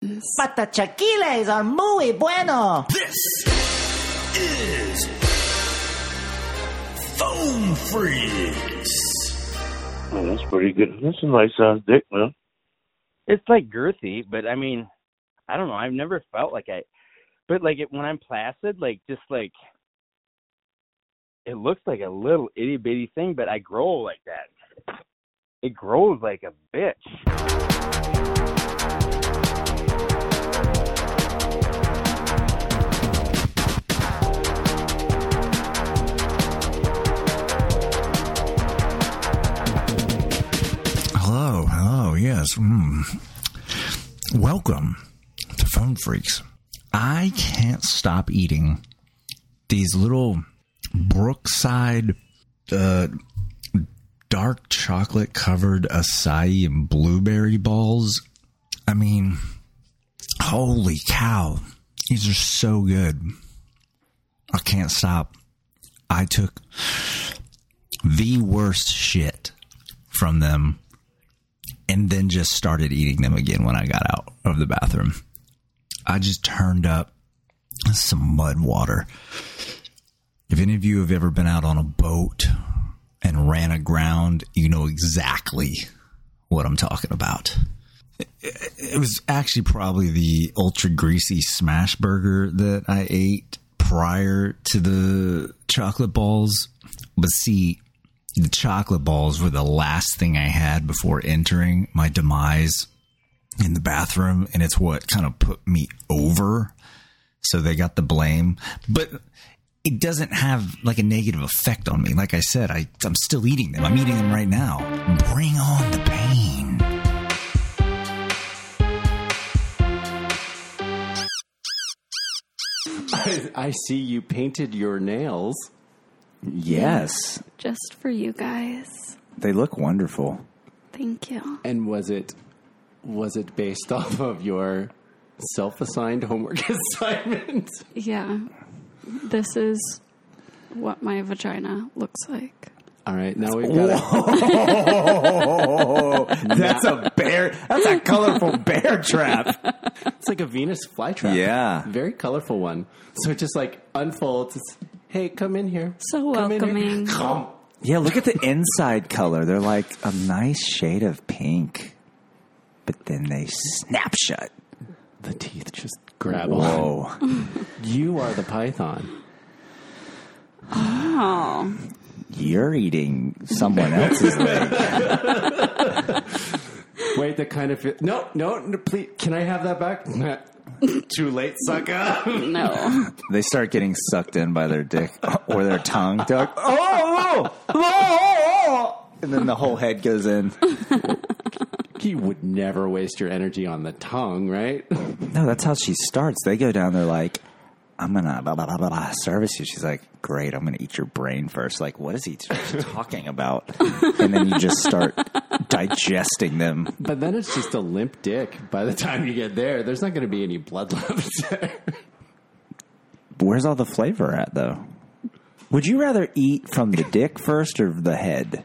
buttons. Patachaquiles are muy bueno. This is Foam Freaks. Oh, that's pretty good. That's a nice size dick, man. It's like girthy, but I mean, I don't know. I've never felt like I, but like it, when I'm placid, like just like it looks like a little itty bitty thing, but I grow like that. It grows like a bitch. Hello, hello, yes. Mm. Welcome to Phone Freaks. I can't stop eating these little Brookside uh, dark chocolate covered acai and blueberry balls. I mean, holy cow, these are so good. I can't stop. I took the worst shit from them and then just started eating them again when I got out of the bathroom. I just turned up some mud water. If any of you have ever been out on a boat and ran aground, you know exactly what I'm talking about. It- It was actually probably the ultra greasy smash burger that I ate prior to the chocolate balls. But see, the chocolate balls were the last thing I had before entering my demise in the bathroom, and it's what kind of put me over. So they got the blame, but it doesn't have like a negative effect on me. Like I said, I, I'm still eating them. I'm eating them right now. Bring on the pain. I, I see you painted your nails. Yes. Just for you guys. They look wonderful. Thank you. And was it was it based off of your self-assigned homework assignment? Yeah. This is what my vagina looks like. All right, now we've got That's a bear. That's a colorful bear trap. it's like a Venus flytrap. Yeah. very colorful one. So it just like unfolds. It's, hey, come in here. So Come in here. welcoming. Come. Yeah, look at the inside color. They're like a nice shade of pink, but then they snap shut. The teeth just grab on. Whoa. You are the python. Oh, You're eating someone else's leg. Wait, that kind of no, no, no. Please, can I have that back? Too late, sucker. no. They start getting sucked in by their dick or their tongue. They're like, oh, oh, oh, oh. And then the whole head goes in. you would never waste your energy on the tongue, right? No, that's how she starts. They go down. They're like, "I'm gonna blah blah blah blah, blah service you." She's like, "Great, I'm gonna eat your brain first. Like, what is he talking about? and then you just start digesting them. But then it's just a limp dick. By the time you get there, there's not going to be any blood left. Where's all the flavor at though? Would you rather eat from the dick first or the head?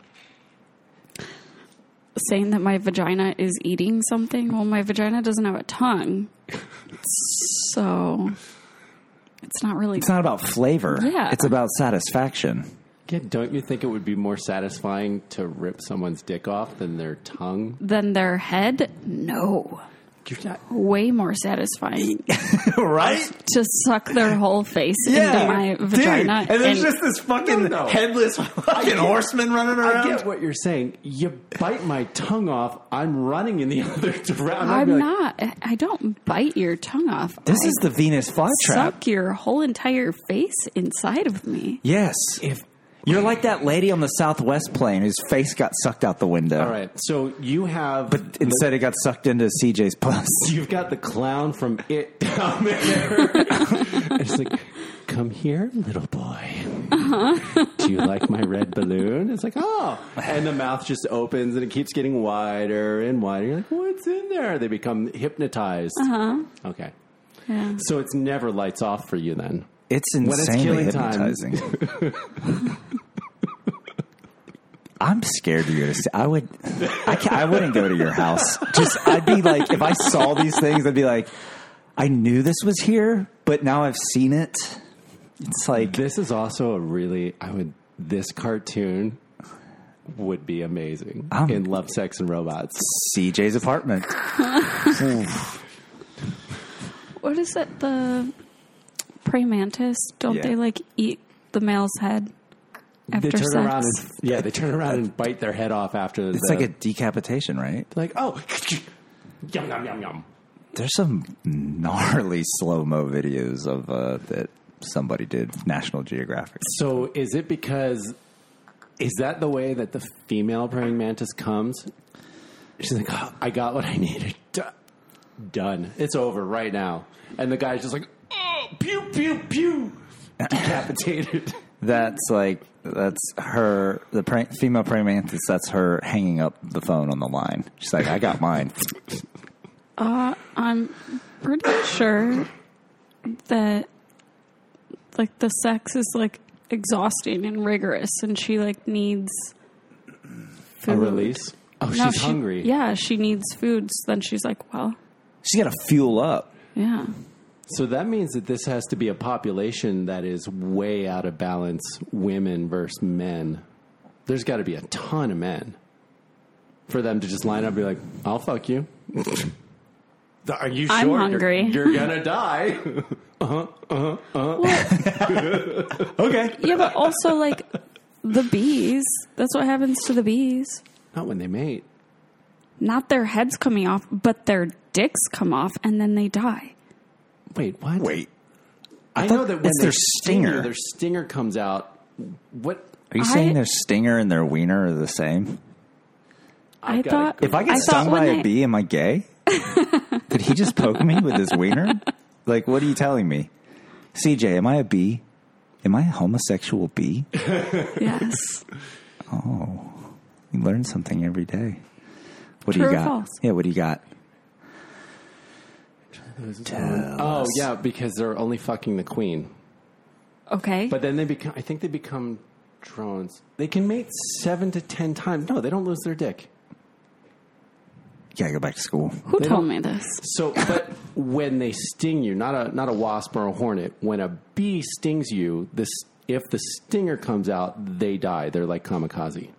Saying that my vagina is eating something. Well, my vagina doesn't have a tongue. So it's not really. It's not about flavor. Yeah. It's about satisfaction. yeah, don't you think it would be more satisfying to rip someone's dick off than their tongue? Than their head? No. You're not. Way more satisfying right? to suck their whole face into my vagina. and- this fucking No, no. headless fucking horseman running I get what you're saying. You bite my tongue off, I'm running in the other direction. I'm not. I don't bite your tongue off. This I is the Venus flytrap. suck your whole entire face inside of me. Yes. If you're like that lady on the Southwest plane whose face got sucked out the window. All right, so you have. But instead, it got sucked into CJ's puss. You've got the clown from It down there. Uh-huh. it's like, come here, little boy. Do you like my red balloon? It's like, oh. And the mouth just opens and it keeps getting wider and wider. You're like, what's in there? They become hypnotized. Uh-huh. Okay. Yeah. So it's never lights off for you then. It's it's insanely killing time. hypnotizing. I'm scared to go to. st- I would, I, ca I wouldn't go to your house. Just, I'd be like, if I saw these things, I'd be like, I knew this was here, but now I've seen it. It's like This is also a really I would this cartoon would be amazing Um, in Love, Sex, and Robots. CJ's apartment. What is it? The praying mantis? Don't Yeah. they like eat the male's head after they turn sex? around and yeah, they turn around and bite their head off after. It's the, like a decapitation, right? like oh, yum yum yum yum. There's some gnarly slow mo videos of uh, that somebody did National Geographic. So is it because is that the way that the female praying mantis comes? She's like, oh, I got what I needed. D- Done. It's over right now. And the guy's just like, oh, pew pew pew, decapitated. That's like that's her the pra- female praying mantis. That's her hanging up the phone on the line. She's like, I got mine. Uh, I'm pretty sure that like the sex is like exhausting and rigorous, and she like needs food. A release. Oh, No, she's she- hungry. Yeah, she needs food. So then she's like, well, She's got to fuel up. yeah. So that means that this has to be a population that is way out of balance, women versus men. There's got to be a ton of men for them to just line up and be like, I'll fuck you. Are you sure? I'm You're- hungry. You're, gonna die. Uh-huh, Okay. Yeah, but also like the bees. That's what happens to the bees. Not when they mate. Not their heads coming off, but their dicks come off, and then they die. Wait, what? Wait. I, thought know that when it's they their sting you, stinger. their stinger comes out. What? Are you I- saying their stinger and their wiener are the same? i I've gotta thought If I get thought stung by when a they- bee, am I gay? Did he just poke me with his wiener? Like, what are you telling me? CJ, am I a bee? Am I a homosexual bee? Oh, Yes. You learn something every day. What True do or you got? false? Yeah, what do you got? Oh yeah, because they're only fucking the queen. Okay. But then they become. I think they become drones. They can mate seven to ten times. No, they don't lose their dick. You gotta go back to school. Who told me this? So, but when they sting you, not a not a wasp or a hornet, when a bee stings you, this if the stinger comes out, they die. They're like kamikaze.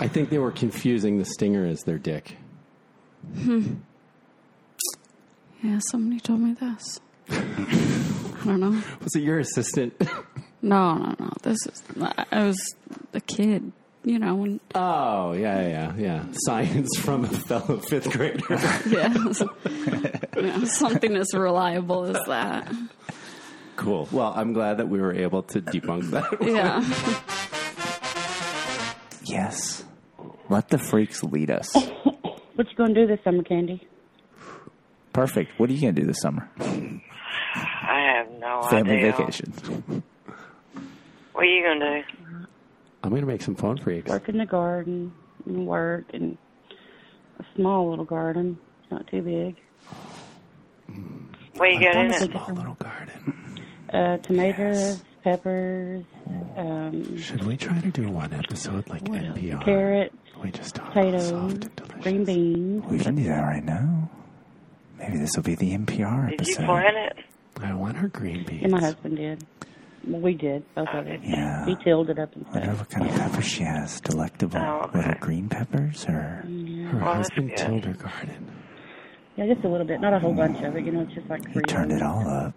I think they were confusing the stinger as their dick. Hmm. Yeah, somebody told me this. I don't know. Was it your assistant? No, no, no. This is. I was a kid, you know. And, oh yeah, yeah, yeah. Science from a fellow fifth grader. yeah, Yeah, something as reliable as that. cool. Well, I'm glad that we were able to debunk that. Yeah. Yes. Let the freaks lead us. What you gonna do this summer, Candy? Perfect. What are you gonna do this summer? I have no Family idea. vacation. What are you gonna do? I'm gonna make some phone freaks. Work in the garden and work and a small little garden. It's not too big. What you got in it? Small little garden. Uh, tomatoes, peppers, Oh, um, Should we try to do one episode like NPR? carrots, We just talk potatoes, green beans. We can do that right now. Maybe this will be the NPR Did you episode. plant it? I want her green And my beans. husband did. Well, we did, both of us. Yeah. He tilled it up and I wonder stuff. what kind of peppers she has. Delectable Oh, okay. little green peppers or Her Well, that's husband good. tilled her garden. Yeah, just a little bit, not a whole bunch of it. You know, it's just like he three. turned it all up.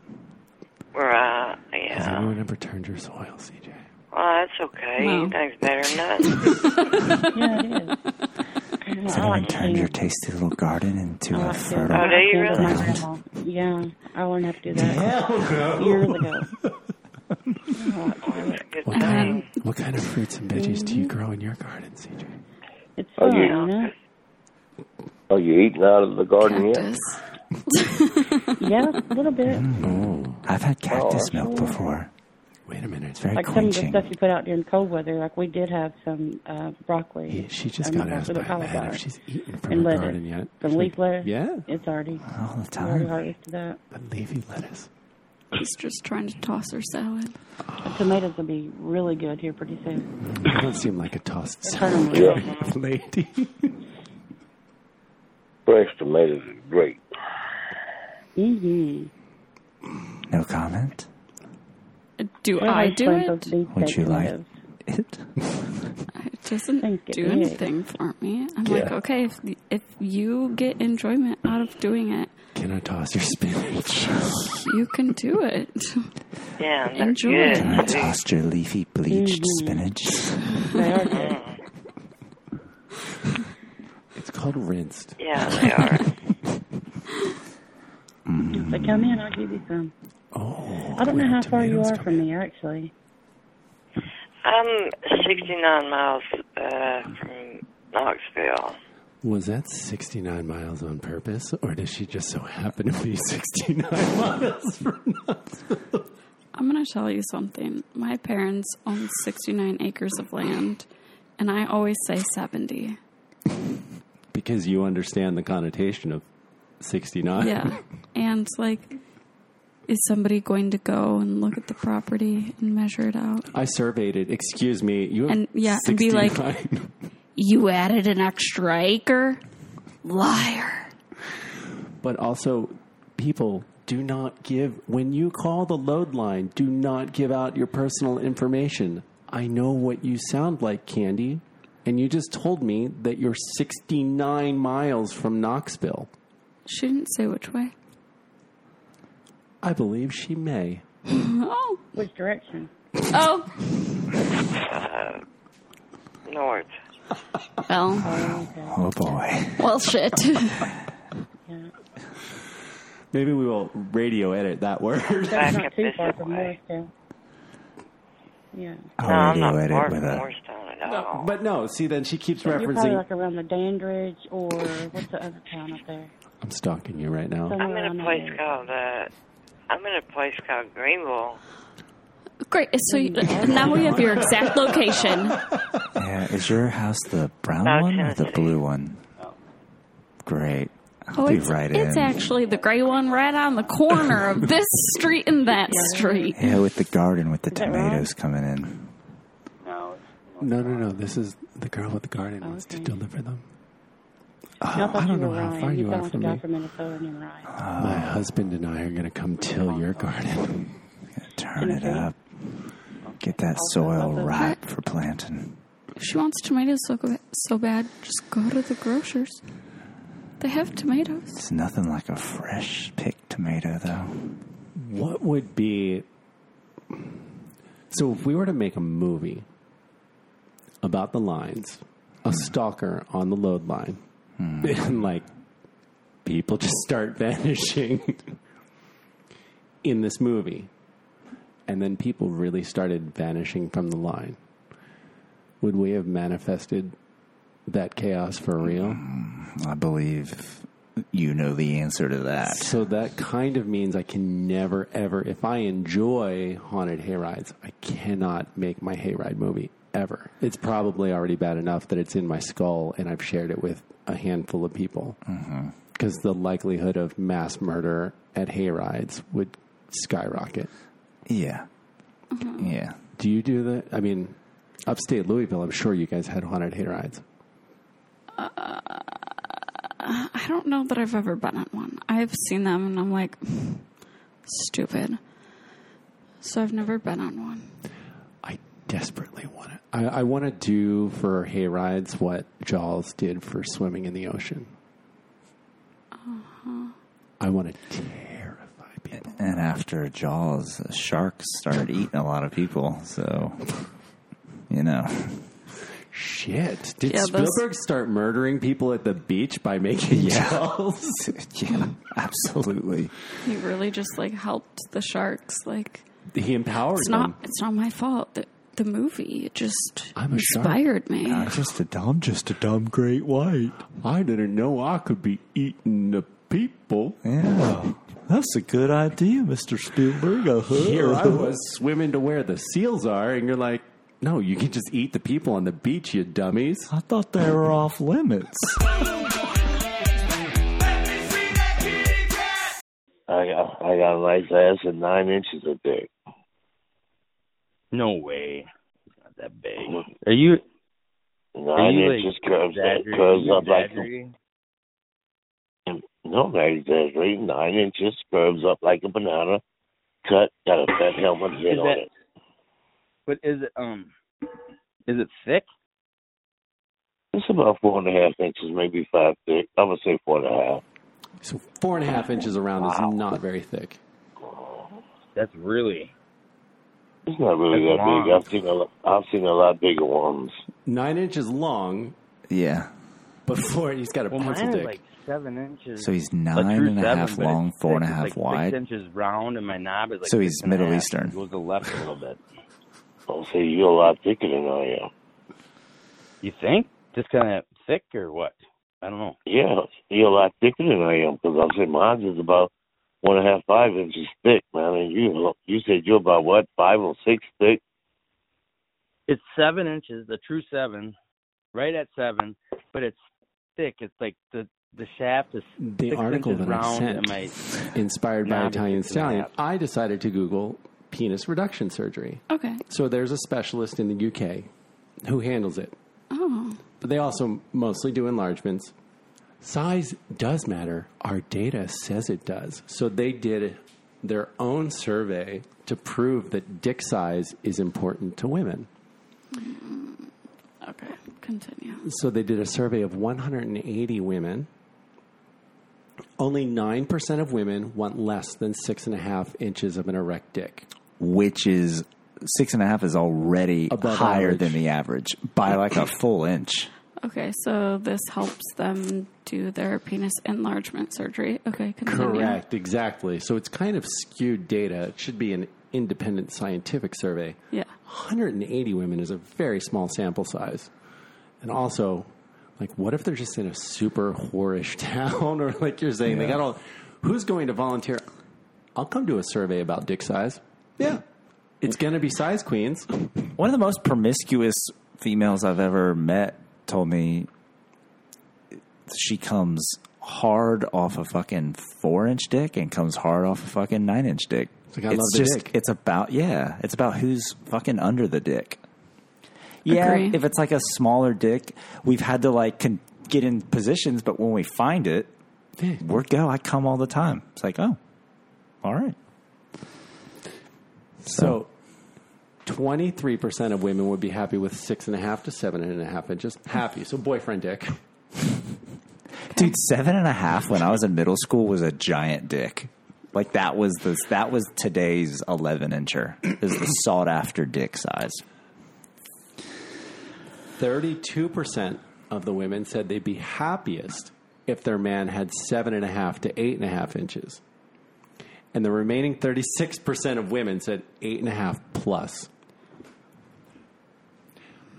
Right. Has uh, Yeah. anyone ever turned your soil, CJ? Well, that's okay. No. You know's better than nothing. Yeah, it is. Has I anyone like turned your to tasty little garden into I a like to fertile Oh, do you I really? tilled with my grandma. Yeah, I learned how to do that years ago. That's a good What kind, thing. what kind of fruits and veggies do you Mm-hmm. grow in your garden, CJ? It's fun, yeah. you know? Are Oh, you eating out of the garden yet? Cactus. Yeah, a little bit. Oh, I've had cactus milk before. wait a minute. Very Like some of the quenching. stuff you put out during cold weather, like we did have some uh, broccoli. She just Um, got asked with by a a man cauliflower. if she's eaten from And her lettuce. garden yet. Some She's leaf like, lettuce. Yeah, It's already, all the already time. harvested that. the leafy lettuce. He's just trying to toss her salad. The tomatoes will be really good here pretty soon. You don't seem like a tossed Turn them Yeah. red. lady. Fresh tomatoes is great. Mm-hmm. No comment. Do I do it? Would you like it? It doesn't Think it do is. anything for me. I'm like, okay, if, if you get enjoyment out of doing it, Can I toss your spinach? you can do it. Yeah, and they're Enjoy. good. Can I toss your leafy bleached spinach? Mm-hmm. They are good. It's called rinsed. Yeah, they are. If they come in, I'll give you some. Oh, I don't know where how far you tomatoes are come from in. me, actually. I'm 69 miles uh, from Knoxville. Was that 69 miles on purpose, or does she just so happen to be 69 miles from I'm going to tell you something. My parents own 69 acres of land, and I always say 70. Because you understand the connotation of 69. Yeah. and like, is somebody going to go and look at the property and measure it out? I surveyed it. Excuse me. You have And- yeah, and be like- 69. You added an extra acre? Liar. But also, people do not give, when you call the load line, do not give out your personal information. I know what you sound like, Candy, and you just told me that you're 69 miles from Knoxville. She didn't say which way. I believe she may. Oh. Which direction? Oh. North. Well, Oh boy. well, shit. Yeah. Maybe we will radio edit that word. Back That's not up too this far from way. Morristown. Yeah. I'll No, I'm radio not edit far with from a. Morristown at all. but no, see, then she keeps You're probably referencing. like around the Dandridge or what's the other town up there? I'm stalking you right now. Somewhere I'm in a around that place area. called uh, I'm in a place called Greenville. Great. So you, now we have your exact location. Yeah, is your house the brown Oh, No, one or the Tennessee. blue one? Oh. Great. I'll Oh, be it's, right it's in. actually the gray one right on the corner of this street and that street. yeah, with the garden with the that wrong? tomatoes coming in. No. No, no, no. This is the girl with the garden wants to Okay. deliver them. I, Oh, thought I don't you know were how Ryan. far you you sound are like from a guy me. from Minnesota and you're right. My husband and I are going to come till your garden. Turn it Tennessee? up. Get that soil ripe for planting. If she wants tomatoes so, go- so bad, just go to the grocers. They have tomatoes. It's nothing like a fresh picked tomato, though. What would be. So, if we were to make a movie about the lines, a stalker on the load line, and like people just start vanishing in this movie, and then people really started vanishing from the line, would we have manifested that chaos for real? I believe you know the answer to that. So that kind of means I can never ever if I enjoy haunted hayrides, I cannot make my hayride movie ever. It's probably already bad enough that it's in my skull and I've shared it with a handful of people. Mm-hmm. Because the likelihood of mass murder at hayrides would skyrocket. Yeah. Yeah. Do you do that? I mean, upstate Louisville, I'm sure you guys had haunted hayrides. Uh, I don't know that I've ever been on one. I've seen them and I'm like, stupid. So I've never been on one. I desperately want it. I, I want to do for hayrides what Jaws did for swimming in the ocean. Uh-huh. I want to terrify people. And after Jaws, sharks started eating a lot of people. So, you know, Shit. Did Yeah, those- Spielberg start murdering people at the beach by making Jaws? yeah, absolutely. He really just like helped the sharks. Like He empowered it's them. not it's not my fault. The, the movie it just I'm a shark. inspired me. I'm just a dumb, just a dumb great white. I didn't know I could be eating the people. Yeah, that's a good idea, Mister Spielberg. Uh-huh. Here I was swimming to where the seals are, and you're like, no, you can just eat the people on the beach, you dummies. I thought they were off limits. I, I, I got a nice ass and nine inches of dick. No way. It's not that big. Are you? Nine you, like, inches curves, that exaggerating- curves you up like exaggerating? a, no, not exaggerating. Nine inches curves up like a banana. Cut, got a fat helmet Is head on that- it. But is it um? Is it thick? It's about four and a half inches, maybe five thick. I would say four and a half. So four and a half inches around is not very thick. That's really. It's not really That's that long. big. I've seen a, lo- I've seen a lot bigger ones. Nine inches long, Yeah. but four. He's got a Well, pencil mine is dick. like seven inches. So he's A nine true and a seven, half but it's long, six. four and a It's half like wide. Six inches round, and my knob is like. So he's six and a Middle half. Eastern. It goes to the left a little bit. I'll say you're a lot thicker than I am. You think? Just kind of thick or what? I don't know. Yeah, you're a lot thicker than I am because I said mine's is about one and a half, five inches thick, man. And you, you said you're about what, five or six thick? It's seven inches, the true seven, right at seven, but it's thick. It's like the the shaft is The six article inches that I round sent. and my Inspired by Nah, Italian it's not. Stallion, I decided to Google penis reduction surgery. Okay. So there's a specialist in the UK who handles it. Oh. But they also mostly do enlargements. Size does matter. Our data says it does. So they did their own survey to prove that dick size is important to women. Okay. Continue. So they did a survey of 180 women. Only 9% of women want less than six and a half inches of an erect dick. Which is six and a half is already Above higher average. than the average by like a full inch. Okay, so this helps them do their penis enlargement surgery. Okay, continue. Correct, exactly. So it's kind of skewed data. It should be an independent scientific survey. Yeah. 180 women is a very small sample size. And also, like, what if they're just in a super whorish town? or, like you're saying, they got all. Who's going to volunteer? I'll come to a survey about dick size. Yeah. It's going to be size queens. One of the most promiscuous females I've ever met told me she comes hard off a fucking four inch dick and comes hard off a fucking nine inch dick. like, I it's love the just, dick. it's about, yeah, it's about who's fucking under the dick. Yeah, Agree. if it's like a smaller dick, we've had to like con- get in positions, but when we find it, we're go. I come all the time. It's like, oh, all right. So, 23% of women would be happy with six and a half to seven and a half inches. Happy. So, boyfriend dick. Dude, seven and a half when I was in middle school was a giant dick. Like that was the that was today's eleven incher. Is the sought after dick size. 32% of the women said they'd be happiest if their man had seven and a half to eight and a half inches. And the remaining 36% of women said eight and a half plus.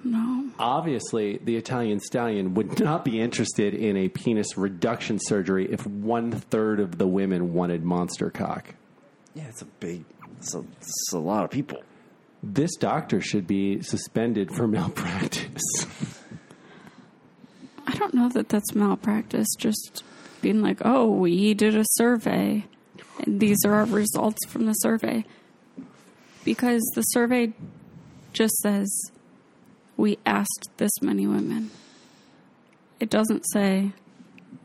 No. Obviously, the Italian stallion would not be interested in a penis reduction surgery if one third of the women wanted monster cock. Yeah, it's a big it's a, it's a lot of people. This doctor should be suspended for malpractice. I don't know that that's malpractice. Just being like, oh, we did a survey, and these are our results from the survey. Because the survey just says, we asked this many women. It doesn't say,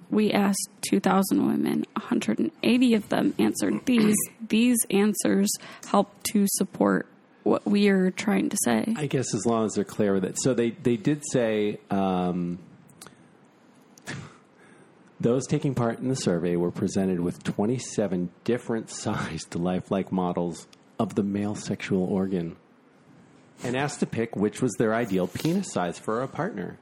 we asked 2,000 women, 180 of them answered these. these answers help to support what we are trying to say. I guess as long as they're clear with it. So they, they did say um, those taking part in the survey were presented with 27 different sized lifelike models of the male sexual organ and asked to pick which was their ideal penis size for a partner.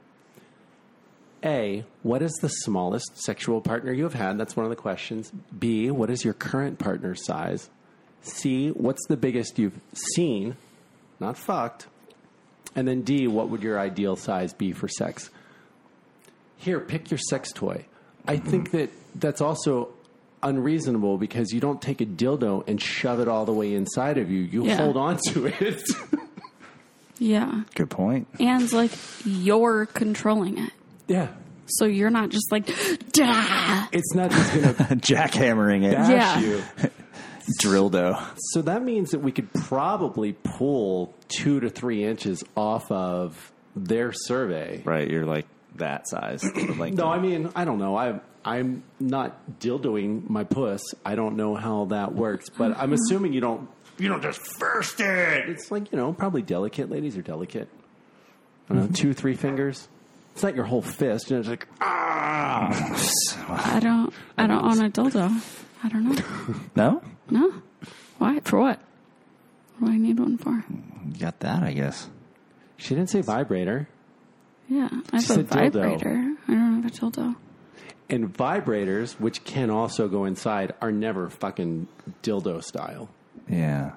A, what is the smallest sexual partner you have had? That's one of the questions. B, what is your current partner's size? C, what's the biggest you've seen? Not fucked. And then D, what would your ideal size be for sex? Here, pick your sex toy. I Mm-hmm. think that that's also unreasonable because you don't take a dildo and shove it all the way inside of you. You Yeah. hold on to it. yeah. Good point. And like, you're controlling it. yeah. So you're not just like, "Dah!" It's not just going to Jackhammering it. bash Yeah. you. Drildo. So that means that we could probably pull two to three inches off of their survey. Right, you're like that size. like uh, No, I mean I don't know. I I'm not dildoing my puss. I don't know how that works, but I'm assuming you don't. You don't just first it. It's like you know, probably delicate. Ladies are delicate. I don't know, two three fingers. It's not your whole fist. You know, it's like "Ah." I don't. I don't own a dildo. I don't know. no, No. Why? For what? What do I need one for? you got that, I guess. she didn't say vibrator. Yeah, I have She a said dildo. vibrator. I don't have a dildo. And vibrators, which can also go inside, are never fucking dildo style. Yeah.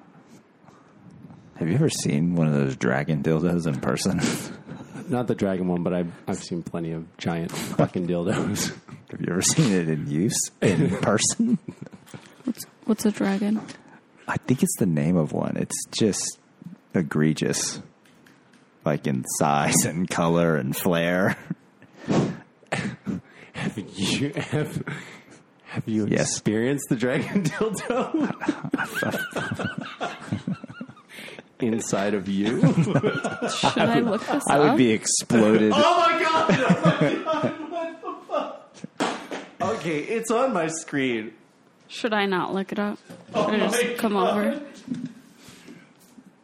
Have you ever seen one of those dragon dildos in person? Not the dragon one, but I've I've seen plenty of giant fucking dildos. Have you ever seen it in use in person? What's a dragon? I think it's the name of one. It's just egregious, like in size and color and flair. you have have you Yes. experienced the dragon dildo inside of you? Should I, look this I up? would be exploded. Oh my god! Oh my god! What the fuck? Okay, it's on my screen. Should I not look it up? Should I just come over?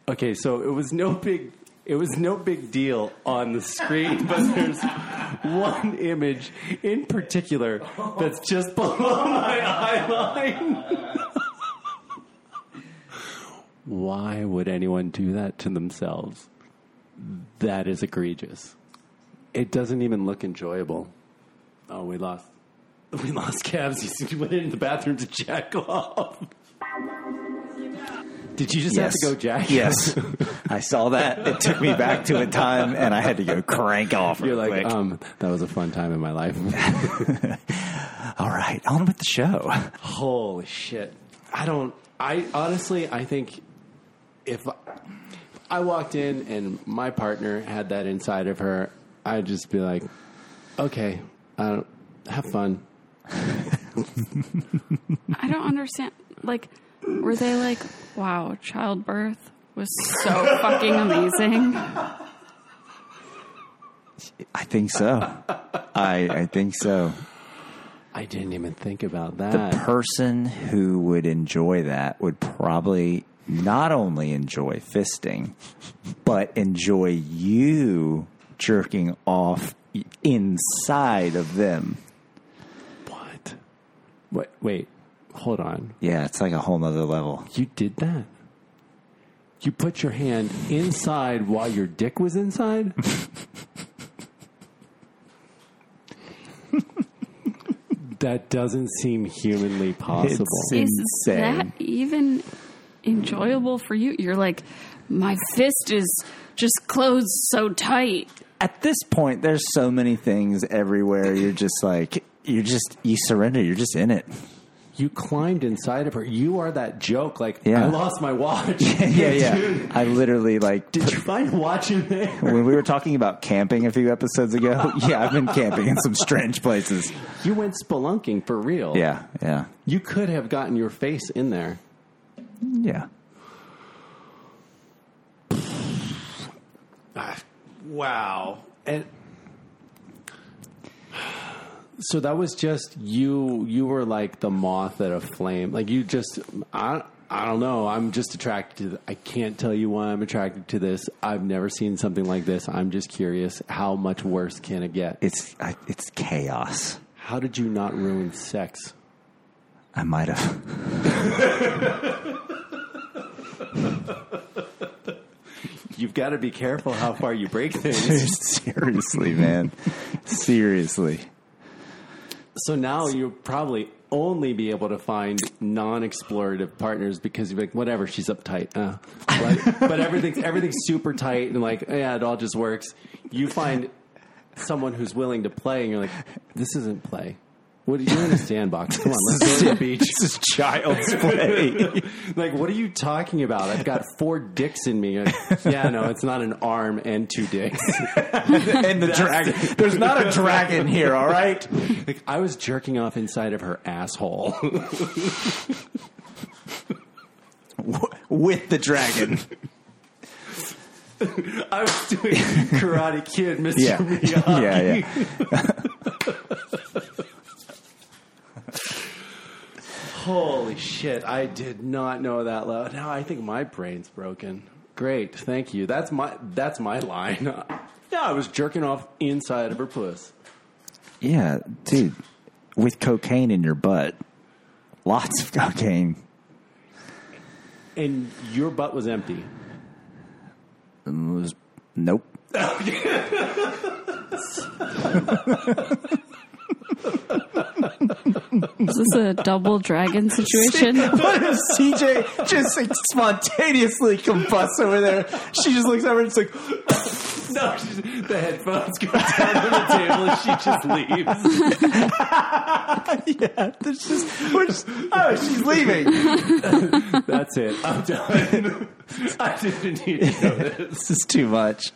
Okay, so it was no big it was no big deal on the screen, but there's one image in particular that's just below my eye line. Why would anyone do that to themselves? That is egregious. It doesn't even look enjoyable. Oh, we lost. We lost Cavs. He went in the bathroom to jack off. Did you just have Yes. to go jack? Yes. I saw that. It took me back to a time, and I had to go crank off. You're real like, quick. um, that was a fun time in my life. all right, on with the show. Holy shit. I don't, I honestly, I think if I, if I walked in and my partner had that inside of her, I'd just be like, okay, I don't, have fun. I don't understand. Like, were they like, wow, childbirth was so fucking amazing? I think so. I I think so. I didn't even think about The that. person who would enjoy that would probably not only enjoy fisting, but enjoy you jerking off inside of them. what? Wait, wait, hold on. Yeah, it's like a whole nother level. You did that? You put your hand inside while your dick was inside? that doesn't seem humanly possible. It's Is that insane. even enjoyable for you? You're like, my fist is just closed so tight. At this point, there's so many things everywhere. You're just like you're just you surrender. You're just in it. you climbed inside of her. You are that joke. Like, Yeah. I lost my watch. yeah, yeah. I literally like Did you find a watch in there? when we were talking about camping a few episodes ago. Yeah, I've been camping in some strange places. You went spelunking for real. Yeah, yeah, You could have gotten your face in there. yeah. Wow. And so that was just you you were like the moth at a flame. Like you just I I don't know. I'm just attracted to th- I can't tell you why I'm attracted to this. I've never seen something like this. I'm just curious how much worse can it get? It's I, it's chaos. How did you not ruin sex? I might have. You've got to be careful how far you break things. Seriously, man. Seriously. So now you'll probably only be able to find non-explorative partners because you're like, whatever, she's uptight. Uh, like, but everything's everything's super tight and like, yeah, it all just works. You find someone who's willing to play, and you're like, this isn't play. What are you in a sandbox? Come on, let's go to the beach. This is child's play. Like, what are you talking about? I've got four dicks in me. Like, yeah, no, it's not an arm and two dicks. and the dragon. There's not a dragon here, all right? Like, I was jerking off inside of her asshole. with the dragon. I was doing Karate Kid, Mr. Yeah. Miyagi. Yeah, Holy shit! I did not know that loud. Now I think my brain's broken. Great, thank you. That's my that's my line. Yeah, I was jerking off inside of her puss. yeah, dude. With cocaine in your butt. Lots of cocaine. And your butt was empty. And it was- nope. Is this a double dragon situation? What if CJ just like, spontaneously combusts over there? She just looks over and it's like, No, she's, the headphones go down on the table and she just leaves. yeah, there's just, we're just, oh, she's leaving. That's it. I'm done. I didn't need to know this. This is too much.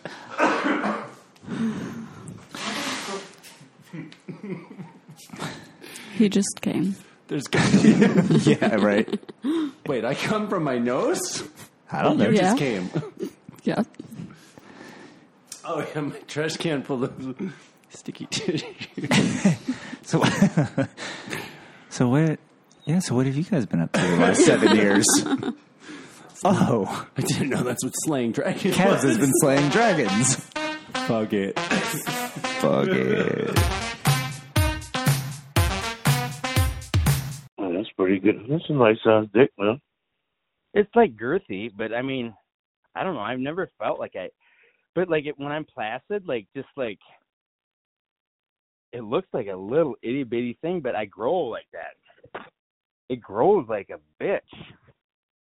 He just came. There's gotta be- Yeah, right. Wait, I come from my nose? I don't know. You Yeah. just came. Yeah. Oh yeah, my trash can full of sticky tissue. So, so what? Yeah. So what have you guys been up to the last seven years? Oh, I didn't know that's what slaying dragons Kaz was. has been slaying dragons. Fuck it. Fuck it. Oh, that's pretty good. That's a nice size dick, man. It's like girthy, but I mean, I don't know. I've never felt like I, but like it, when I'm placid, like just like it looks like a little itty bitty thing, but I grow like that. It grows like a bitch.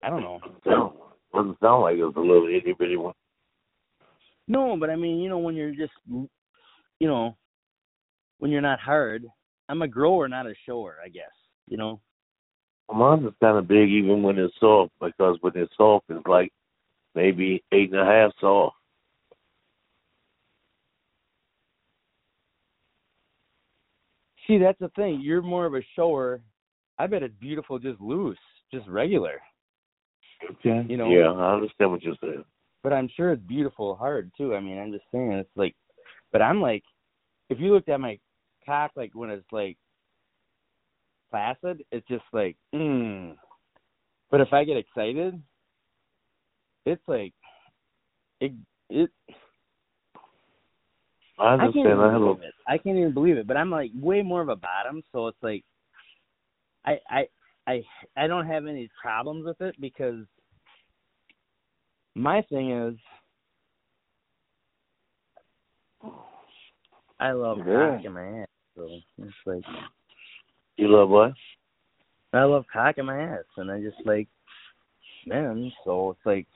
I don't know. Sound. Doesn't sound like it's a little itty bitty one. No, but I mean, you know, when you're just, you know, when you're not hard, I'm a grower, not a shower, I guess. You know, Mine's is kind of big even when it's soft because when it's soft, it's like maybe eight and a half soft. see, that's the thing. You're more of a shower. I bet it's beautiful, just loose, just regular. Okay. You know. Yeah, I understand what you're saying. But I'm sure it's beautiful hard too. I mean, I'm just saying it's like, but I'm like, if you looked at my cock, like when it's like placid, it's just like, mm. But if I get excited, it's like, it it I I can't even understand. I, have a believe it. I can't even believe it. But I'm like way more of a bottom, so it's like I I I I don't have any problems with it because my thing is I love Yeah. cock in my ass. So it's like you love what? I love cock in my ass and I just like men, so it's like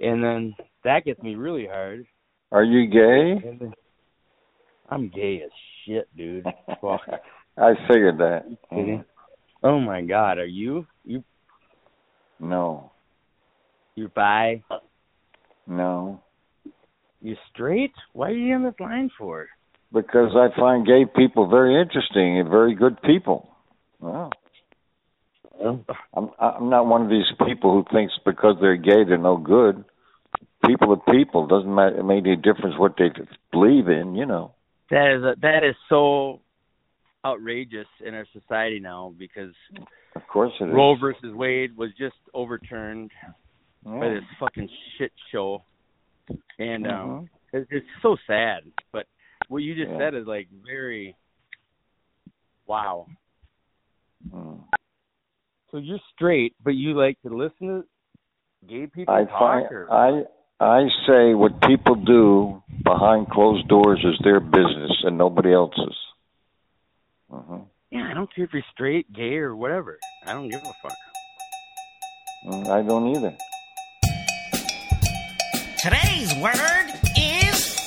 and then that gets me really hard. Are you gay? And then- I'm gay as shit, dude. Fuck. I figured that. Oh my God, are you you No, you're bi? no, You're straight? Why are you on this line for? because I find gay people very interesting and very good people. Wow. Well, I'm I'm not one of these people who thinks because they're gay they're no good. People are people. Doesn't matter, make any difference what they believe in. You know. That is a, that is so outrageous in our society now because Of course it is. Roe versus Wade was just overturned Yeah. by this fucking shit show, and um, Mhm. it's, it's so sad. But what you just Yeah. said is like very wow. Mm. So you're straight, but you like to listen to gay people I talk, find or I I say what people do behind closed doors is their business and nobody else's. Mhm. yeah, I don't care if you're straight, gay, or whatever. I don't give a fuck. mm I don't either. Today's word is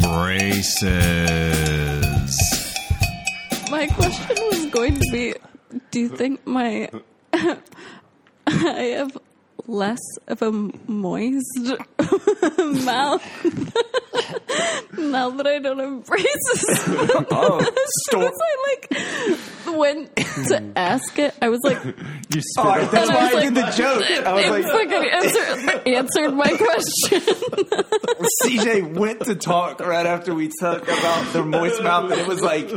Braces. My question was going to be do you think my I have less of a moist mouth now that I don't have braces? Oh, Because I like went to ask it, I was like, You spit Oh, it. that's And why I was did the joke. I was it like- fucking answered, answered my question. CJ went to talk right after we talked about the moist mouth, and it was like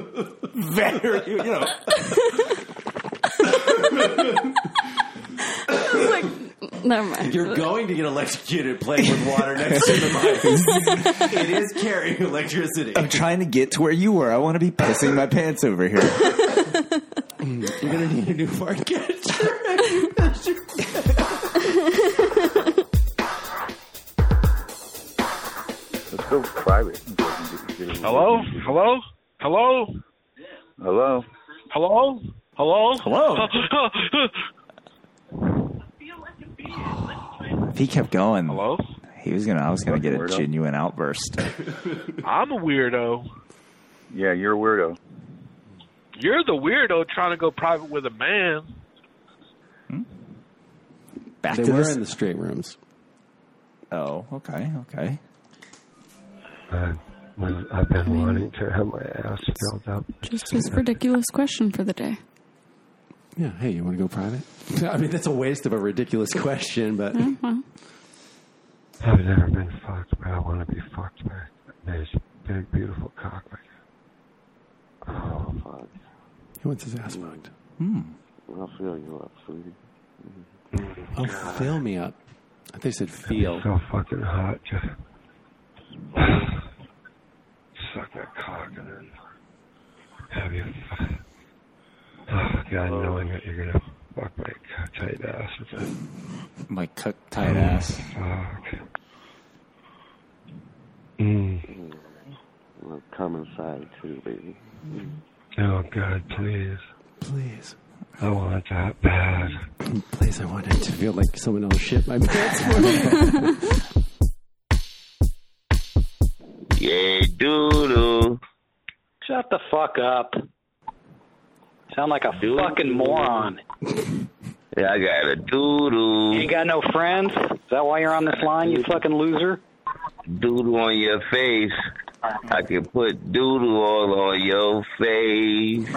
very, you know. I was like, never mind. You're going to get electrocuted playing with water next to the mic. it is carrying electricity. I'm trying to get to where you were. I want to be pissing my pants over here. You're gonna need a new fart catcher. It's still private. Hello? Hello? Hello? Hello. Hello? Hello? Hello? If he kept going, hello, he was gonna. I was gonna get a genuine outburst. I'm a weirdo. Yeah, you're a weirdo. You're the weirdo trying to go private with a man. Back they to were this- in the straight rooms. Oh, okay, okay. I've been wanting to have my ass filled up. Just his ridiculous question for the day. Yeah. Hey, you want to go private? I mean, that's a waste of a ridiculous question, but Yeah, well, I've never been fucked, but I want to be fucked by this big, beautiful cock. Oh, fuck. he wants his ass fucked. Hmm. I'll fill you up, sweetie. Oh, fill me up. I think they said feel. So fucking hot. Just suck that cock and then have you. Oh, God, knowing that you're going to fuck my tight ass. It's a, My cut tight ass. Fuck. Mm. Well, come inside too, baby. Oh, God, please. Please. I want that bad. Please, I want it to feel like someone else shit my pants. for me. Yay, doodle. Shut the fuck up. Sound like a fucking moron. Yeah, I got a doodle. You ain't got no friends? Is that why you're on this line, you fucking loser? Doodle on your face. I can put doodle all on your face.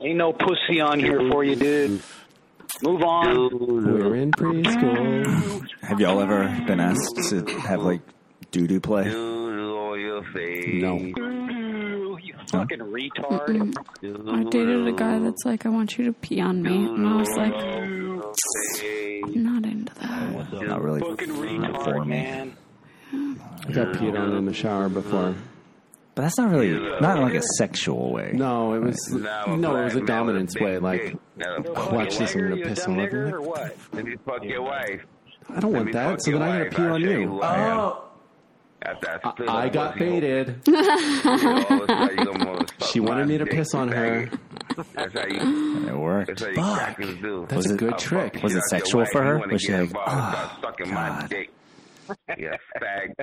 Ain't no pussy on here for you, dude. Move on. We're in preschool. Have y'all ever been asked to have like doo doo play? Doodle on your face. No. You fucking retard. I dated a guy that's like, I want you to pee on me. And I was like, I'm not into that. Not really. Not for me. I got peed on in the shower before. But that's not really not in like a sexual way. No, it was no, it was a dominance way. Like, watch this, I'm gonna piss all over. you. Let me fuck your wife. I don't want that. So then I gotta pee on you. Oh. After I, spit I on got pussy, baited. she wanted me to piss on her. That's how you. It worked. That's how you crackers do. That's a good trick. Was it sexual for her? Was she like, oh, sucking my dick. Yeah, fag.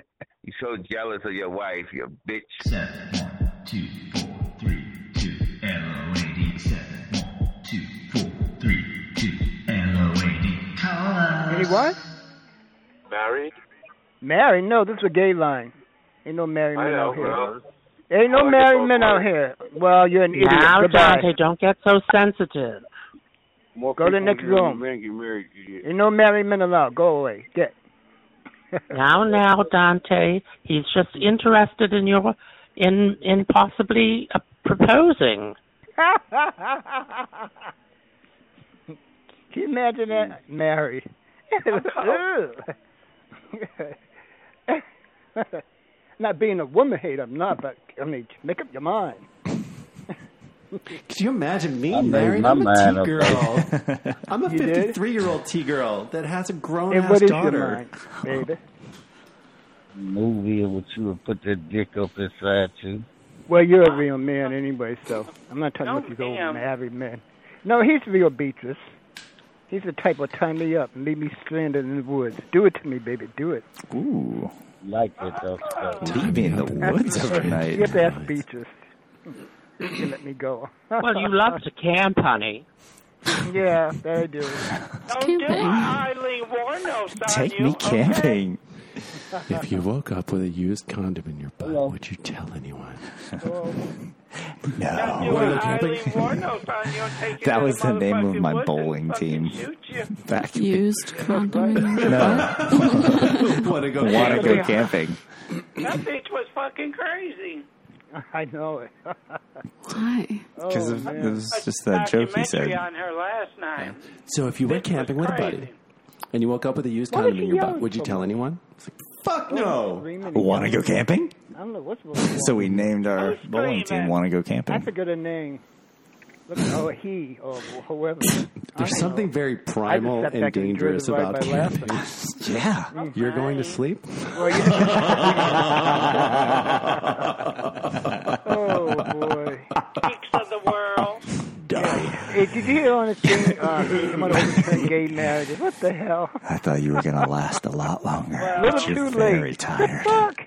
You so jealous of your wife, you bitch. Seven, one, two, four, three, two, L O A D. Seven, one, two, four, three, two, L O A D. Hey, what? Married? Married? No, this is a gay line. Ain't no married I men know, out here. bro. Ain't no married men out here. Well, Oh, you're an idiot. Now, Goodbye. Dante, don't get so sensitive. More Go to the people next than room. Men get married. you Ain't no married men allowed. Go away. Get. now, now, Dante, he's just interested in your, in in possibly uh, proposing. Can you imagine that? Mm. Married. Ew. not being a woman hater, I'm not, but I mean, make up your mind. Could you imagine me I'm making married? my I'm mind a up. T girl. I'm a You did? 53 year old T girl that has a grown And ass what is your daughter. mind, baby? Move in with you and put that dick up inside you. Well, you're a real man anyway, so I'm not talking about these old married men. No, he's real Beatrice. He's the type of tie me up and leave me stranded in the woods. Do it to me, baby. Do it. Ooh. Like uh, it, though. Leave me in the woods overnight. You have to ask Beatrice. You let me go. Well, you love to camp, honey. Yeah, they do. Don't do it. Take me camping. If you woke up with a used condom in your butt, would you tell anyone? No. What are the Eileen topics? Warnos on you and take That was the name of my bowling team. Back used condom. No. Wanna go Wanna go camping. camping. That bitch was fucking crazy. I know it. Why? Because Oh, of it was just that joke he said. on her last night. So if you went camping with a buddy and you woke up with a used What condom is in he your butt, yelling would you for? tell anyone? Fuck no. Want to go camping? I don't know what's going on. So we named our bowling team Want to Go Camping. That's a good a name. Look, oh, he or whoever. There's something very primal stepped and back and drew dangerous the right about by left. camping. yeah. You're going to sleep? Well, yeah. oh boy. Geeks of the world. Hey, did you hear on the thing? Uh, someone overturned gay marriages. What the hell? I thought you were going to last a lot longer. A but little you're too late. very tired. Fuck.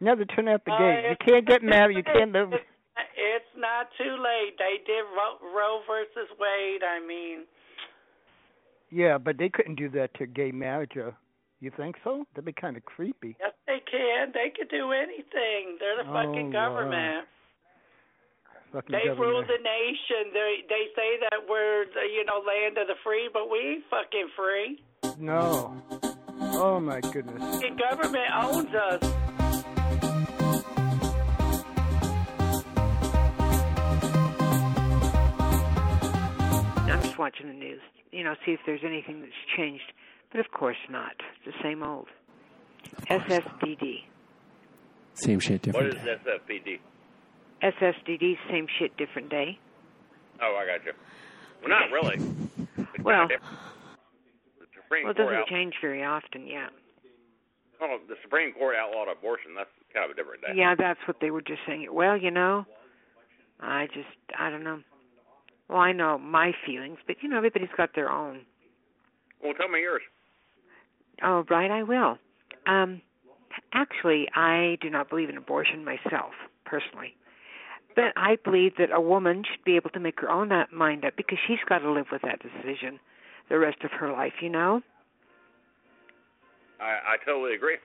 Now they turn out the gate. You can't get married. You can't live. It's not too late. They did Roe, Roe versus Wade. I mean, Yeah, but they couldn't do that to a gay marriage. uh, You think so? That'd be kind of creepy. yes, they can. They can do anything. They're the Oh, fucking wow. government. Fucking They government. rule the nation. They they say that we're the, you know land of the free, but we ain't fucking free. No. Oh my goodness. The government owns us. I'm just watching the news, you know, see if there's anything that's changed. But of course not. It's the same old. SSDD. Same shit, different. What is uh, SFPD? SSDD, same shit, different day. Oh, I got you. Well, not really. It's Well, kinda different. the Supreme well, it Court doesn't out- change very often, yeah. oh, the Supreme Court outlawed abortion. That's kind of a different day. Yeah, that's what they were just saying. Well, you know, I just, I don't know. Well, I know my feelings, but you know, everybody's got their own. Well, tell me yours. Oh, right, I will. Um, actually, I do not believe in abortion myself, personally. But I believe that a woman should be able to make her own that mind up because she's got to live with that decision the rest of her life, you know? I, I totally agree.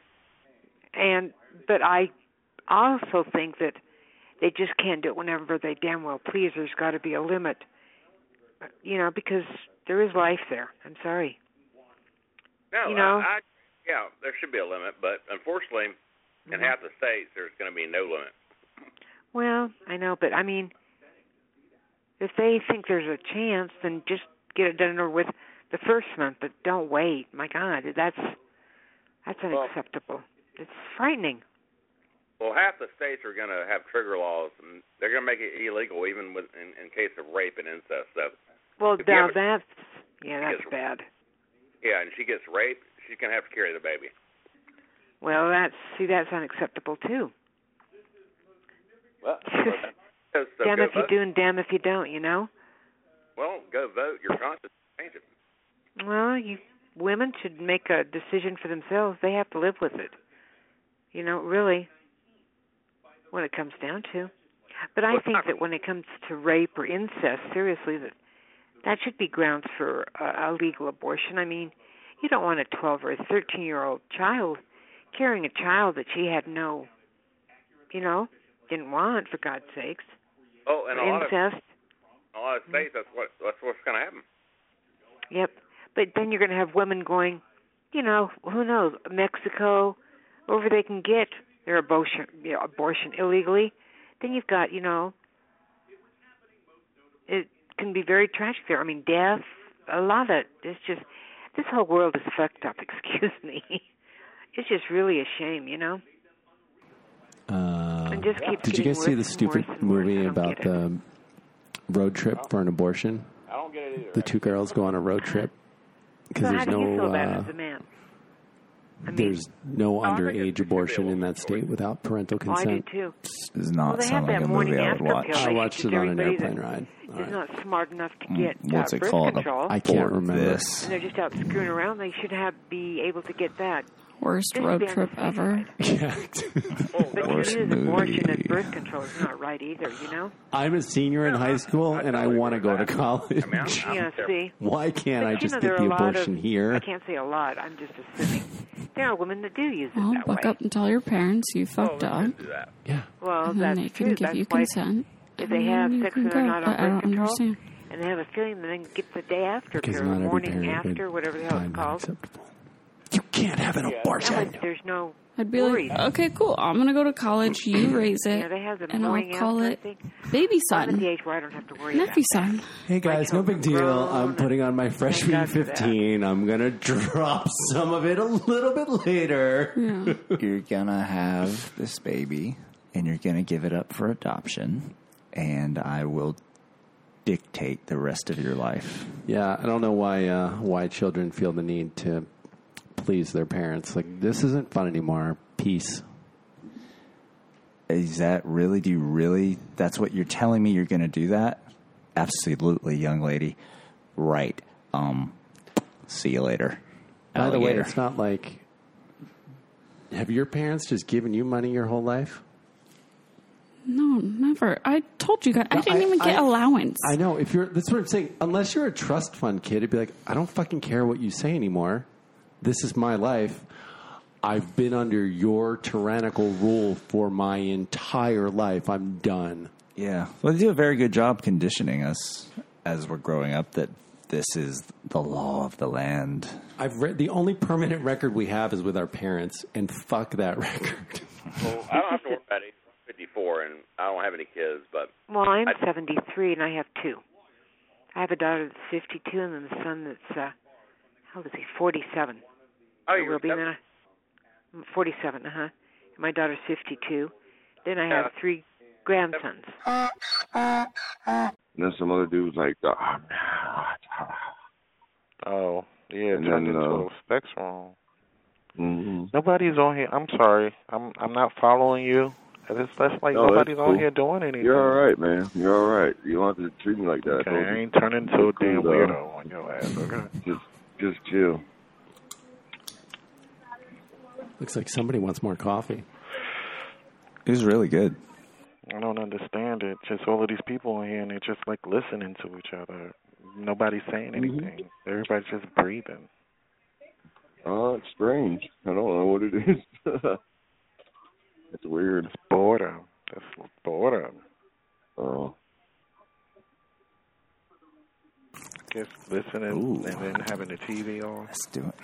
And but I also think that they just can't do it whenever they damn well please. There's got to be a limit, you know, because there is life there. I'm sorry. No, You know? I, I, yeah, there should be a limit, but unfortunately, in Mm-hmm. half the states, there's going to be no limit. Well, I know, but I mean, if they think there's a chance, then just get it done over with the first month. But don't wait. My God, that's that's unacceptable. It's frightening. Well, half the states are going to have trigger laws, and they're going to make it illegal even with in, in case of rape and incest. So, Well, If you now have a- that's yeah, that's bad. yeah, and she gets raped, she's going to have to carry the baby. Well, that's see, that's unacceptable too. Well, so, so damn go if you vote. do and damn if you don't, you know. Well, go vote. Your conscience change it. Well, you women should make a decision for themselves. They have to live with it. You know, really, when it comes down to. But I uh, think that when it comes to rape or incest, seriously, that that should be grounds for a, a legal abortion. I mean, you don't want a 12 or a 13 year old child carrying a child that she had no, you know, didn't want for God's sakes. Oh, and or a lot of incest. a lot of states, that's what that's what's going to happen. Yep. But then you're going to have women going, you know, who knows, Mexico, wherever they can get their abortion, you know, abortion illegally. Then you've got, you know, it can be very tragic there. I mean, death, a lot of it. It's just this whole world is fucked up. Excuse me. It's just really a shame, you know. Uh, And just keeps did you getting guys see the worse and stupid worse and movie about the road trip for an abortion? I don't get it either. The two girls go on a road trip so because how there's do you no feel about uh, it oh, as a man? there's no underage abortion in that state without parental Oh, I do consent. too. Does not Well, they sound have like that a movie morning I would after watch. pill I that watched teaches it on an everybody that- airplane ride. All Is right. not smart enough to Mm, get what's uh, it birth called? control. I can't Abort remember. this. And they're just out screwing around. They should have be able to get that. Worst This road band- trip ever. But to Worst use abortion movie. as birth control is not right either. You know. I'm a senior in high school and I want to go to college. Yeah. See. Why can't But, I you just know, get there are the a lot of- abortion here? I can't say a lot. I'm just assuming There are women that do use it Well, that buck way. up and tell your parents you fucked up. Yeah. Well, and then that's they can true. give that's you why consent. If and they have then you sex can and they're go, not on but I don't birth control, understand. and they have a feeling, then get the day after Because or not every morning parent would after, whatever the hell it's called. You can't have an abortion. There's no. I'd be like, okay, cool. I'm gonna go to college. You raise it, Yeah, they have the and I'll morning call after it baby I'm at the son, age where I don't have to worry about nephew son. Hey guys, no big deal. I'm putting on my freshman 15. I'm going to drop some of it a little bit later. you're gonna have this baby and you're gonna give it up for adoption and i will dictate the rest of your life Yeah, I don't know why uh, why children feel the need to please their parents. Like this isn't fun anymore. Peace. is that really do you really that's what you're telling me you're gonna do that absolutely young lady right um see you later By the way, alligator. it's not like have your parents just given you money your whole life? No, never. I told you guys. I didn't even get I- allowance. I know. If you're that's what I'm saying. Unless you're a trust fund kid, it'd be like, I don't fucking care what you say anymore. This is my life. I've been under your tyrannical rule for my entire life. I'm done. Yeah. Well, they do a very good job conditioning us as we're growing up that this is the law of the land. I've read the only permanent record we have is with our parents, and fuck that record. Well, I don't have to worry about it. I'm 54, and I don't have any kids, but Well, I'm 73 and I have two. I have a daughter that's 52 and then a son that's uh, how old is he? 47. Oh, you will be then. I- I'm 47, uh huh. My daughter's 52. Then I have three grandsons. And then some other dude's like, oh, Oh, yeah, And it turned then, into uh, a spectrum. mm-hmm. Nobody's on here. I'm sorry. I'm I'm not following you. It's that's like No, that's nobody's on cool. here doing anything. You're all right, man. You're all right. You don't have to treat me like that. Okay, told I you. ain't turning into a Cool, damn dog. weirdo on your ass. Okay. Just, just chill. Looks like somebody wants more coffee. It was really good. I don't understand it. Just all of these people on here and they're just like listening to each other. Nobody's saying Mm-hmm. anything. Everybody's just breathing. Oh, it's strange. I don't know what it is. it's weird. It's boredom. That's boredom. Oh. Just listening and then having the TV on. Let's do it.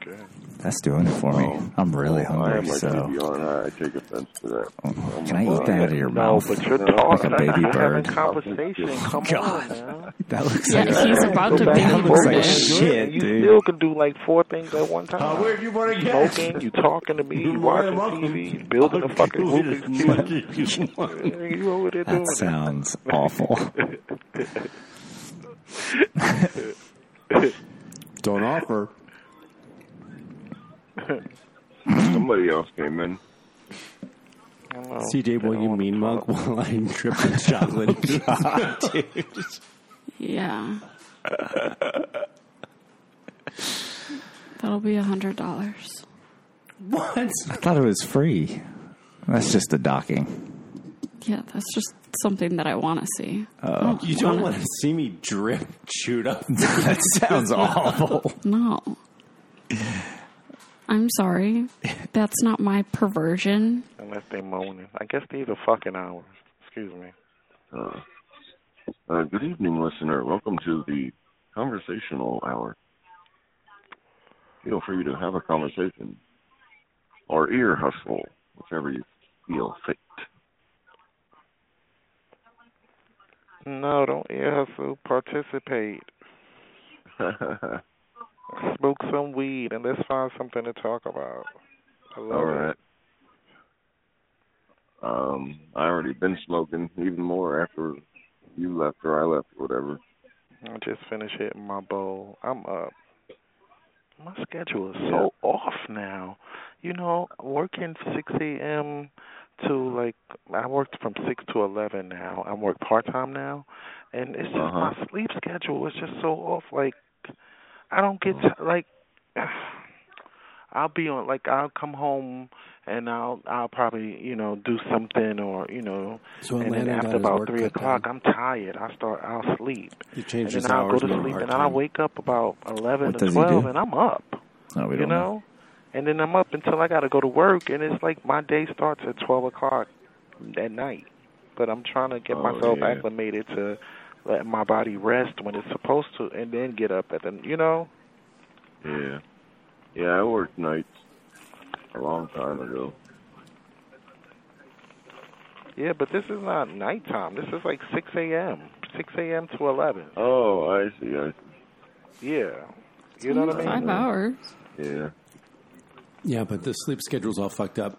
Good. That's doing it for me. I'm really I have hungry, my so Oh, TV on. I I take offense to that. Oh can I eat that out of your No, mouth? but you're like talking. a baby you're bird. having conversation. Come Oh, God. on, man. That looks Yeah, like he's about to that be looks like born. shit, You dude. still can do like four things at one time. Uh, where do you wanna go? Smoking, you talking to me, you You're watching welcome. TV, you building a fucking Rubik's Cube. You over there doing That sounds awful. Don't offer. Somebody else came in. CJ, will you mean mug while I drip the chocolate into his Yeah, that'll be a hundred dollars. What? I thought it was free. That's just the docking. Yeah, that's just something that I want to see. Oh. You don't want to see me drip chewed up. that sounds awful. No. I'm sorry. That's not my perversion. Unless they moaning. I guess these are fucking hours. Excuse me. Uh, uh, good evening, listener. Welcome to the conversational hour. Feel free to have a conversation or ear hustle, whichever you feel fit. No, don't ear hustle. Participate. Smoke some weed and let's find something to talk about. I love All it. right. Um, I already been smoking even more after you left or I left or whatever. I just finished hitting my bowl. I'm up. My schedule is so off now. You know, working 6 a.m. to like, I worked from 6 to 11 now. I work part time now. And it's just Uh-huh. my sleep schedule is just so off. Like, I don't get, Mm-hmm. t- like, I'll be on, like, I'll come home and I'll, I'll probably, you know, do something or, you know, So and then Atlanta got after his about work 3 cut o'clock, I'm tired. I start, I'll sleep You changed and his then I'll go hours. to to a sleep hard and I'll time. wake up about eleven What or does he twelve do? and I'm up. No, we you don't know. know? and then I'm up until I got to go to work, and it's like my day starts at twelve o'clock at night. But I'm trying to get Oh, myself yeah. acclimated to let my body rest when it's supposed to, and then get up at the you know. Yeah. Yeah, I worked nights a long time ago. Yeah, but this is not nighttime. This is like six a.m. six a.m. to eleven. Oh, I see. I Yeah, you know what I mean. Five hours. Yeah. Yeah, but the sleep schedule's all fucked up.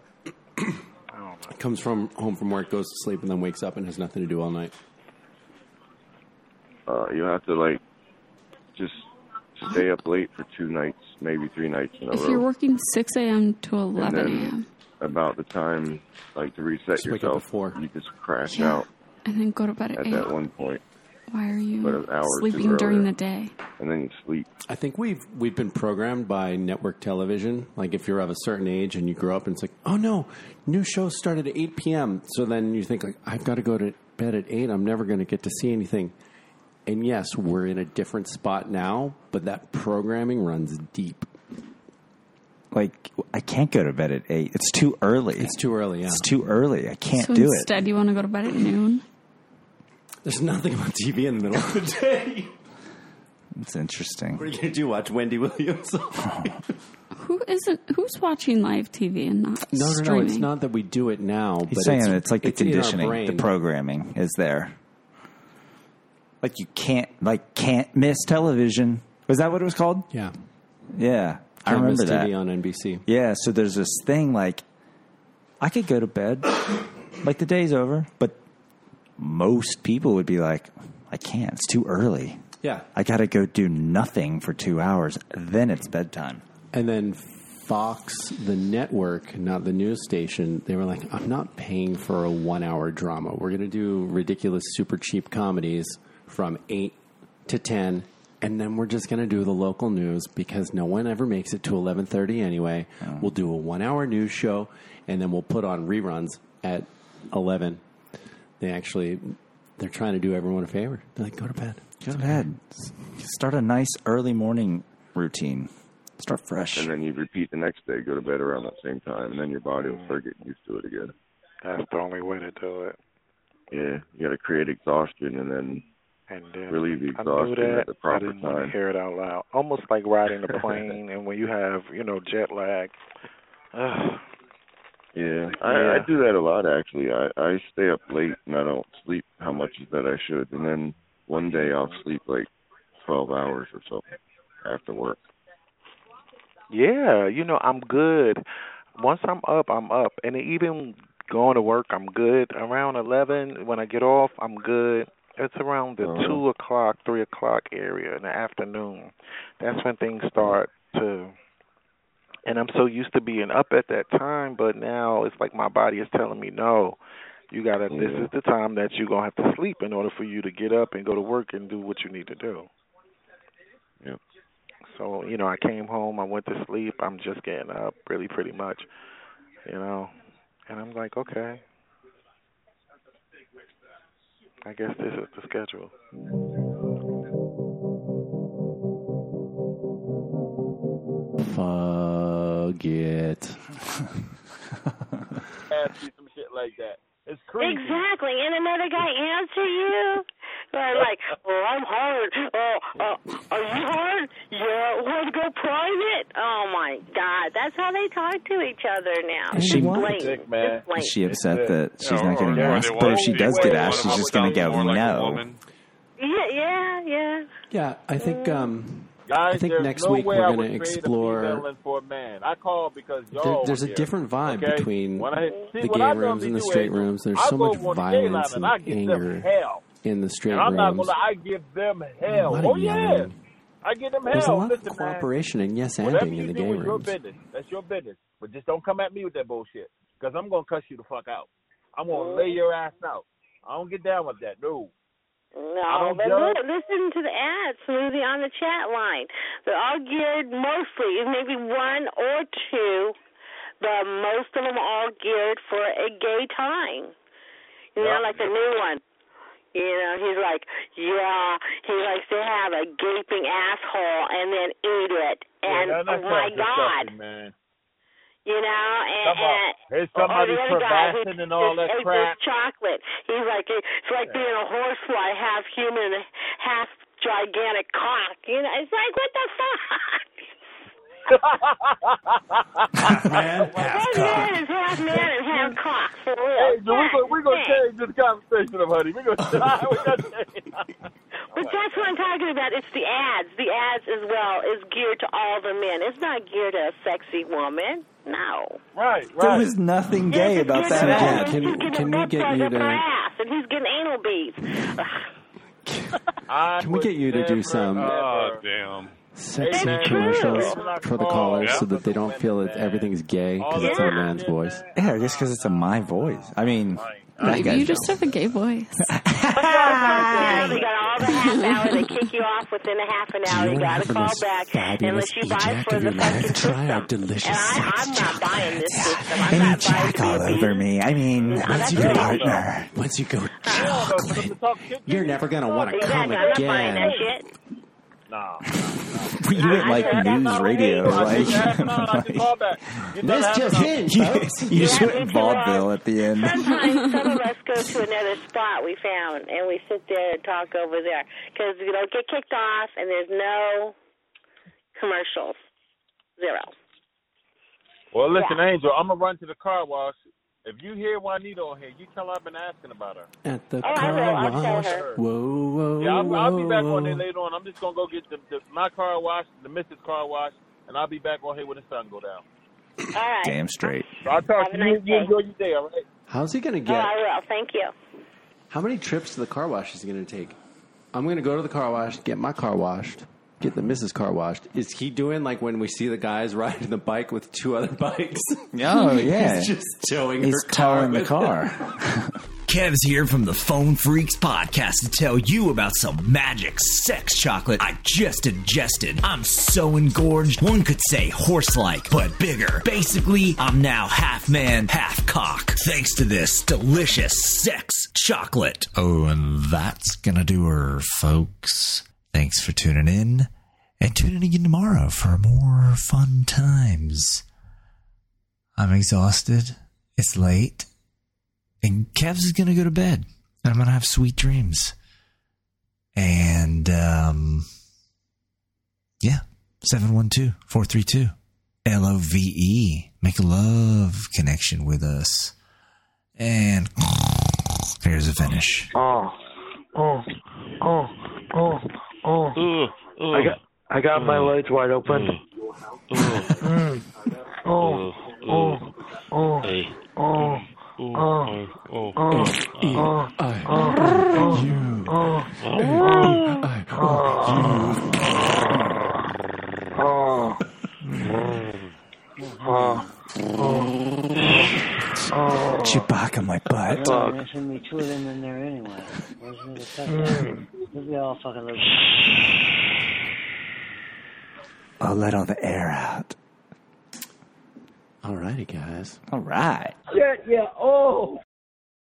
Comes from home from work, goes to sleep, and then wakes up and has nothing to do all night. Uh, you have to like just stay up late for two nights, maybe three nights in a If row. you're working 6 a.m. to 11 then- a.m. About the time like to reset wake up yourself, you just crash Yeah. out and then go to bed at at 8, that one point, why are but you an hour or two sleeping during earlier. the day? and then you sleep. I think we've we've been programmed by network television. Like if you're of a certain age and you grow up, and it's like, oh no, new show started at eight p.m. So then you think like, I've got to go to bed at eight. I'm never going to get to see anything. And yes, we're in a different spot now, but that programming runs deep. Like I can't go to bed at eight. It's too early. It's too early. Yeah. It's too early. I can't so do it. instead, you want to go to bed at noon? There's nothing on TV in the middle of the day. It's interesting. Oh, What are you going to do? Watch Wendy Williams? no, Who isn't? Who's watching live TV and not no, no. streaming? It's not that we do it now. He's but saying it's, it's, like the in our conditioning, the brain. programming is there. Like you can't, like can't miss television. Was that what it was called? Yeah, yeah. I Can't miss remember that TV on NBC. Yeah. So there's this thing like I could go to bed, like the day's over, but most people would be like, I can't. It's too early. Yeah. I got to go do nothing for two hours. Then it's bedtime. And then Fox, the network, not the news station, they were like, I'm not paying for a one hour drama. We're going to do ridiculous, super cheap comedies from 8 to 10 and then we're just going to do the local news because no one ever makes it to 11:30 anyway. Oh. We'll do a 1-hour news show and then we'll put on reruns at 11. They actually they're trying to do everyone a favor. They're like go to bed. Go to bed. Start a nice early morning routine. Start fresh. And then you repeat the next day, go to bed around that same time, and then your body will start getting used to it again. Mm. That's the only way to do it. Yeah, you got to create exhaustion and then And then relieve the I knew exhaustion that. at the I proper didn't want to time. hear it out loud. Almost like riding a plane, and when you have you know jet lag. Ugh. Yeah, I, I Yeah. do that a lot actually. I I stay up late and I don't sleep how much that I should, and then one day I'll sleep like twelve hours or so after work. Yeah, you know I'm good. Once I'm up, I'm up, and even going to work, I'm good. Around eleven, when I get off, I'm good. It's around the Uh-huh. two o'clock, three o'clock area in the afternoon. That's when things start to. And I'm so used to being up at that time, but now it's like my body is telling me no. You gotta. This Yeah. is the time that you're gonna have to sleep in order for you to get up and go to work and do what you need to do. Yep. So you know, I came home, I went to sleep. I'm just getting up, really, pretty much. You know, and I'm like, okay. I guess this is the schedule. Fuck it. ask you some shit like that. It's crazy. Exactly. And another guy answer you. They're like, well, I'm hard. Oh, uh, are you hard? Yeah. Want to go private? Oh my God. That's how they talk to each other now. Is she- Just What? blink. Dick, Just blink. Is she upset that she's not getting yeah, asked? they But if won't she be does waiting get on asked, she's them. just going to go, More like a no. woman. Yeah, yeah, yeah. Yeah, I think um Guys, I think there's next no week way we're I going would to trade a explore female in for a man. I call because y'all. There- there's a here. different vibe Okay? between When I- see, the what gay I normally rooms and the do straight is rooms. There's I so much go on the gay line violence and and I give them anger hell. in the straight And I'm not rooms. gonna. I give them hell. A lot of Oh yeah, yelling. I give them hell. There's a lot Listen, of man. cooperation and yes Whatever anding in you the do gay is your rooms. business. That's your business. But just don't come at me with that bullshit. Because I'm going to cuss you the fuck out. I'm going to lay your ass out. I don't get down with that. No. I No, don't but judge. look, listen to the ads, Smoothie, on the chat line. They're all geared mostly, maybe one or two, but most of them are geared for a gay time. You Yeah. know, like the new one. You know, he's like, yeah, he likes to have a gaping asshole and then eat it. Yeah, And that- oh that my sounds God, disgusting, man. you know, and, Come on. and Here's or- or somebody the other guy who crevassing and all that just ate crap. this chocolate. He's like it's like being a horsefly, half human, half gigantic cock. You know, it's like what the fuck. half man, half man is half man and half cock. For real. Hey, dude, we're gonna, we're gonna Yeah. change this conversation up, honey. We're gonna, we're gonna change. But that's what I'm talking about. It's the ads. The ads as well is geared to all the men. It's not geared to a sexy woman. No. Right, There was nothing gay about that Sarah, ad. can, can we get you to Ass, and he's getting anal beads. can we get you to do some Oh, damn. sexy Amen. commercials True. for the callers so that they don't feel that everything's gay because it's a man's voice? Yeah, just because it's a my voice. I mean, Maybe you, just have a gay voice. You got all the half hour. They kick you off within a half an hour. You got to call back unless you buy for the fucking Try our delicious I'm not buying this system. I'm any not Oh, buying jack all over me. I mean, Once that's you go, your partner. once you go chocolate, you're never gonna want to come Exactly. I'm not buying that again. shit. No. You didn't like I- I- news radio, like. This just in, folks. You just went vaudeville at the end. Sometimes some of us go to another spot we found, and we sit there and talk over there because we don't get kicked off, and there's no commercials, zero. Well, listen, Angel, I'm gonna run to the car wash. If you hear Juanita on here, you tell her I've been asking about her. At the Oh, I car will. I'll tell wash. her. Whoa, whoa, Yeah, I'll, I'll be back whoa. on there later on. I'm just gonna go get the, the my car wash, the missus car wash, and I'll be back on here when the sun go down. All right. Damn straight. So I'll talk Have to a you. nice you day. enjoy your day, all right? How's he gonna Oh, get? I will. Thank you. How many trips to the car wash is he gonna take? I'm gonna go to the car wash, get my car washed, get the missus car washed. Is he doing like when we see the guys riding the bike with two other bikes? Oh, yeah. He's just towing. He's her car towing the with- car. Kev's here from the Phone Freaks podcast to tell you about some magic sex chocolate I just ingested. I'm so engorged, one could say horse like, but bigger. Basically, I'm now half man, half cock, thanks to this delicious sex chocolate. Oh, and that's going to do her, folks. Thanks for tuning in. And tune in again tomorrow for more fun times. I'm exhausted. It's late. And Kev's is going to go to bed. And I'm going to have sweet dreams. And, um, yeah, 712 432 L O V E. Make a love connection with us. And here's a finish. Oh, oh, oh, oh, oh. I got, I got my legs wide open. Mm. Oh, oh, oh, oh, Uh, oh, oh, oh, oh, uh, oh, oh, 아. oh, oh, oh. Chewbacca, my butt. There's gonna be two of them in there anyway. Where's the second? one? They all fucking look. I'll let all the air out. Alrighty, guys. All right. Yeah, yeah. Oh.